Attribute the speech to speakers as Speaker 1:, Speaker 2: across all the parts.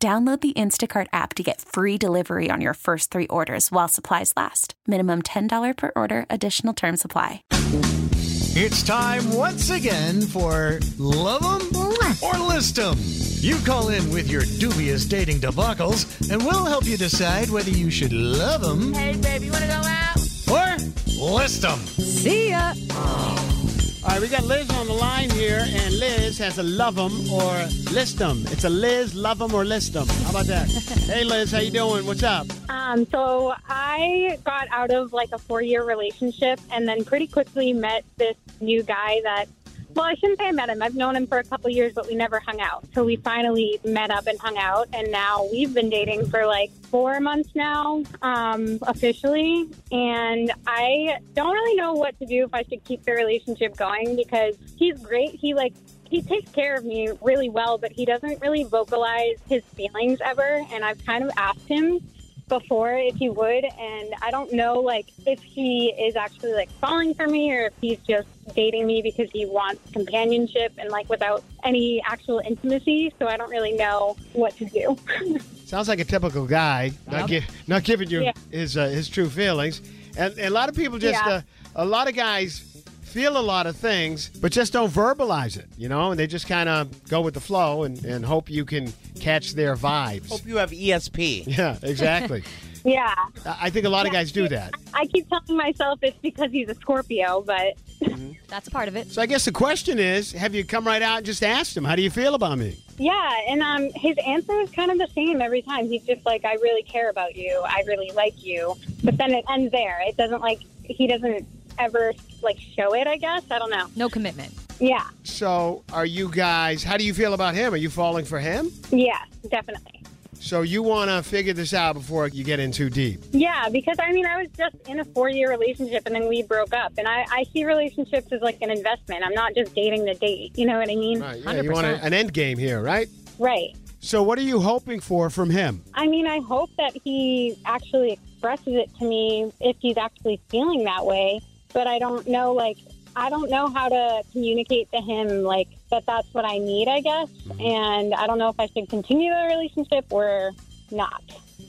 Speaker 1: Download the Instacart app to get free delivery on your first three orders while supplies last. Minimum $10 per order, additional term supply.
Speaker 2: It's time once again for Love 'em or List 'em. You call in with your dubious dating debacles, and we'll help you decide whether you should love 'em
Speaker 3: Hey, babe, you want to go out?
Speaker 2: or list 'em.
Speaker 4: See ya.
Speaker 5: All right, we got Liz on the line here, and Liz has a love 'em or list 'em. It's a Liz love 'em or list 'em. How about that? hey, Liz, how you doing? What's up?
Speaker 6: Um, so I got out of like a four year relationship and then pretty quickly met this new guy that, well, I shouldn't say I met him. I've known him for a couple years, but we never hung out. So we finally met up and hung out. And now we've been dating for like four months now, um, officially. And I don't really know what to do if I should keep the relationship going because he's great. He like he takes care of me really well, but he doesn't really vocalize his feelings ever. And I've kind of asked him before if he would, and I don't know like if he is actually like falling for me or if he's just dating me because he wants companionship and like without any actual intimacy. So I don't really know what to do.
Speaker 5: Sounds like a typical guy, not, gi- not giving you
Speaker 6: Yeah.
Speaker 5: his uh, his true feelings. And, and a lot of people just,
Speaker 6: Yeah.
Speaker 5: uh, a lot of guys feel a lot of things, but just don't verbalize it, you know? And they just kind of go with the flow and, and hope you can catch their vibes.
Speaker 3: Hope you have E ESP.
Speaker 5: Yeah, exactly.
Speaker 6: yeah,
Speaker 5: I I think a lot of guys do that.
Speaker 6: I keep telling myself it's because he's a Scorpio, but
Speaker 4: That's part of it.
Speaker 5: So I guess the question is, have you come right out and just asked him, how do you feel about me?
Speaker 6: Yeah, and um, his answer is kind of the same every time. He's just like, "I really care about you. I really like you," but then it ends there. It doesn't like he doesn't ever like show it. I guess I don't know.
Speaker 4: No commitment.
Speaker 6: Yeah,
Speaker 5: So are you guys, how do you feel about him? Are you falling for him?
Speaker 6: yeah, definitely.
Speaker 5: So you want to figure this out before you get in too deep.
Speaker 6: Yeah, because I mean, I was just in a four-year relationship, and then we broke up. And I, I see relationships as like an investment. I'm not just dating the date. You know what I mean?
Speaker 5: Right. Yeah, you want a,
Speaker 4: 100%.
Speaker 5: an end game here, right?
Speaker 6: right.
Speaker 5: So what are you hoping for from him?
Speaker 6: I mean, I hope that he actually expresses it to me if he's actually feeling that way. But I don't know, like, I don't know how to communicate to him, like, that that's what I need, I guess.
Speaker 5: Mm-hmm.
Speaker 6: And I don't know if I should continue the relationship or not.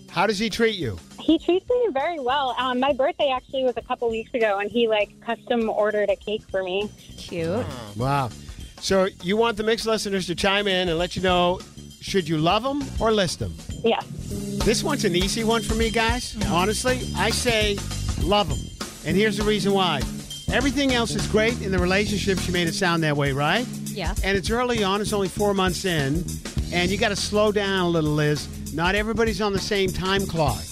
Speaker 5: How does he treat you?
Speaker 6: He treats me very well. Um, my birthday actually was a couple weeks ago, and he, like, custom ordered a cake for me.
Speaker 4: Cute.
Speaker 5: Wow. So you want the mixed listeners to chime in and let you know, should you love him or list him?
Speaker 6: Yes.
Speaker 5: This one's an easy one for me, guys. Honestly, I say love them. And here's the reason why. Everything else is great in the relationship. She made it sound that way, right?
Speaker 4: Yeah.
Speaker 5: And it's early on, it's only four months in. And you got to slow down a little, Liz. Not everybody's on the same time clock.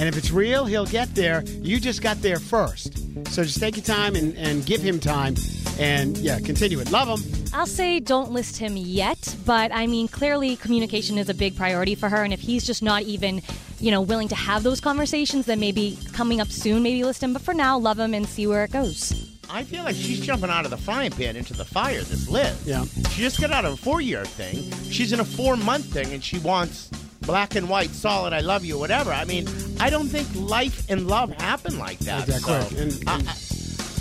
Speaker 5: And if it's real, he'll get there. You just got there first. So just take your time and, and give him time. And yeah, continue it. Love him.
Speaker 4: I'll say don't list him yet, but I mean, clearly communication is a big priority for her. And if he's just not even, you know, willing to have those conversations, then maybe coming up soon, maybe list him. But for now, love him and see where it goes.
Speaker 3: I feel like she's jumping out of the frying pan into the fire, this Liz.
Speaker 5: Yeah.
Speaker 3: She just got out of a four year thing. She's in a four month thing, and she wants black and white, solid, I love you, whatever. I mean, I don't think life and love happen like that.
Speaker 5: Like that
Speaker 3: so
Speaker 5: quick. And-
Speaker 3: I-
Speaker 5: and-
Speaker 3: I,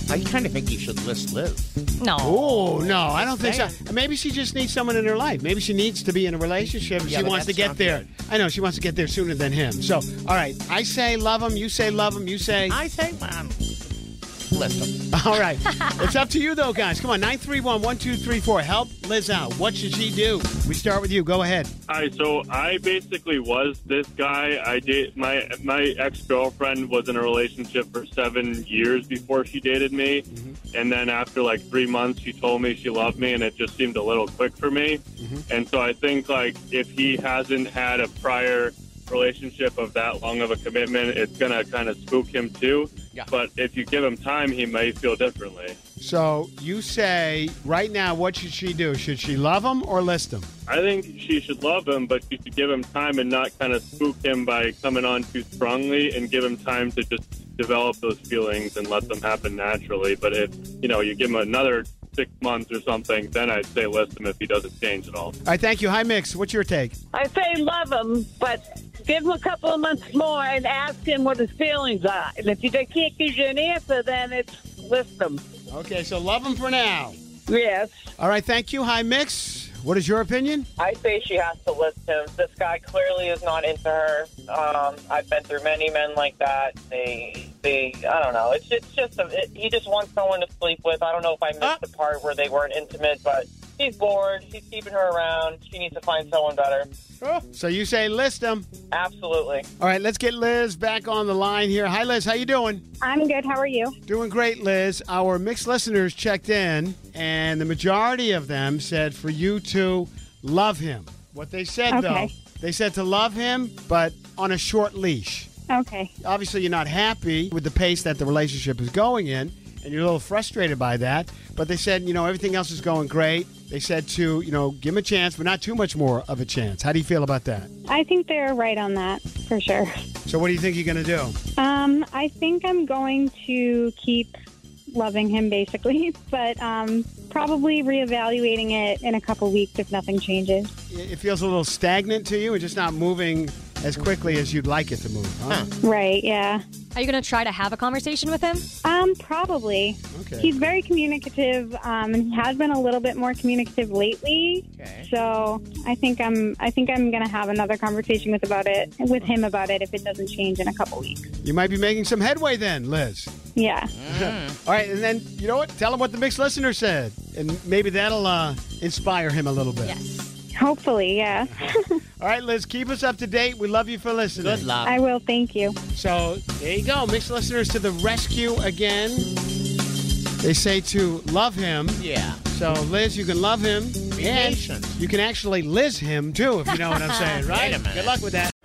Speaker 3: I kind of think you should list Liz.
Speaker 4: No.
Speaker 5: Oh no, I don't think so.
Speaker 3: Just
Speaker 5: Maybe she just needs someone in her life. Maybe she needs to be in a relationship.
Speaker 3: Yeah,
Speaker 5: she
Speaker 3: but
Speaker 5: wants to
Speaker 3: that's
Speaker 5: get
Speaker 3: not
Speaker 5: there.
Speaker 3: good.
Speaker 5: I know she wants to get there sooner than him. So, all right, I say love him. You say love him. You say
Speaker 3: I say, man, list them.
Speaker 5: all right. it's up to you though, guys. Come on, nine three one one two three four. Help Liz out. What should she do? We start with you. Go ahead.
Speaker 7: Hi, so I basically was this guy. I did my my ex girlfriend was in a relationship for seven years before she dated me, and then after like three months, she told me she loved me, and it just seemed a little quick for me. And so I think like if he hasn't had a prior relationship of that long of a commitment, it's gonna kind of spook him too.
Speaker 3: Yeah.
Speaker 7: But if you give him time, he may feel differently.
Speaker 5: So you say right now, what should she do? Should she love him or list him?
Speaker 7: I think she should love him, but she should give him time and not kind of spook him by coming on too strongly and give him time to just develop those feelings and let them happen naturally. But if, you know, you give him another six months or something, then I'd say list him if he doesn't change at all.
Speaker 5: All right, thank you. Hi, Mix. What's your take?
Speaker 8: I say love him, but give him a couple of months more and ask him what his feelings are. And if they can't give you an answer, then it's list them.
Speaker 5: Okay, so love him for now.
Speaker 8: Yes,
Speaker 5: All right, thank you. Hi, Mix. What is your opinion?
Speaker 9: I say she has to list him. This guy clearly is not into her. Um, I've been through many men like that. They, they, I don't know. It's, it's just, a, it, he just wants someone to sleep with. I don't know if I missed
Speaker 5: Ah.
Speaker 9: the part where they weren't intimate, but he's bored. He's keeping her around. She needs to find someone better.
Speaker 5: So you say list him.
Speaker 9: Absolutely.
Speaker 5: All right, let's get Liz back on the line here. Hi, Liz. How you doing?
Speaker 6: I'm good. How are you?
Speaker 5: Doing great, Liz. Our mixed listeners checked in, and the majority of them said for you to love him. What they said,
Speaker 6: Okay.
Speaker 5: though, they said to love him, but on a short leash.
Speaker 6: Okay.
Speaker 5: Obviously, you're not happy with the pace that the relationship is going in, and you're a little frustrated by that. But they said, you know, everything else is going great. They said to, you know, give him a chance, but not too much more of a chance. How do you feel about that?
Speaker 6: I think they're right on that for sure.
Speaker 5: So, what do you think you're going to do?
Speaker 6: Um, I think I'm going to keep loving him basically, but um, probably reevaluating it in a couple weeks if nothing changes.
Speaker 5: It it feels a little stagnant to you and just not moving as quickly as you'd like it to move, huh?
Speaker 6: Right, yeah.
Speaker 4: Are you going to try to have a conversation with him?
Speaker 6: Um, probably.
Speaker 5: Okay.
Speaker 6: He's very communicative, um, and he has been a little bit more communicative lately.
Speaker 3: Okay.
Speaker 6: So I think I'm I think I'm gonna have another conversation with about it with him about it if it doesn't change in a couple weeks.
Speaker 5: You might be making some headway then, Liz.
Speaker 6: Yeah.
Speaker 5: All right, and then you know what? Tell him what the mixed listener said, and maybe that'll uh, inspire him a little bit.
Speaker 4: Yes.
Speaker 6: Hopefully, yeah.
Speaker 5: All right, Liz, keep us up to date. We love you for listening.
Speaker 3: Good love.
Speaker 6: I will, thank you.
Speaker 5: So there you go, mixed listeners to the rescue again. They say to love him.
Speaker 3: yeah.
Speaker 5: So Liz, you can love him,
Speaker 3: Be
Speaker 5: and
Speaker 3: patient.
Speaker 5: you can actually Liz him too, if you know what I'm saying, right?
Speaker 3: Wait a minute.
Speaker 5: Good luck with that.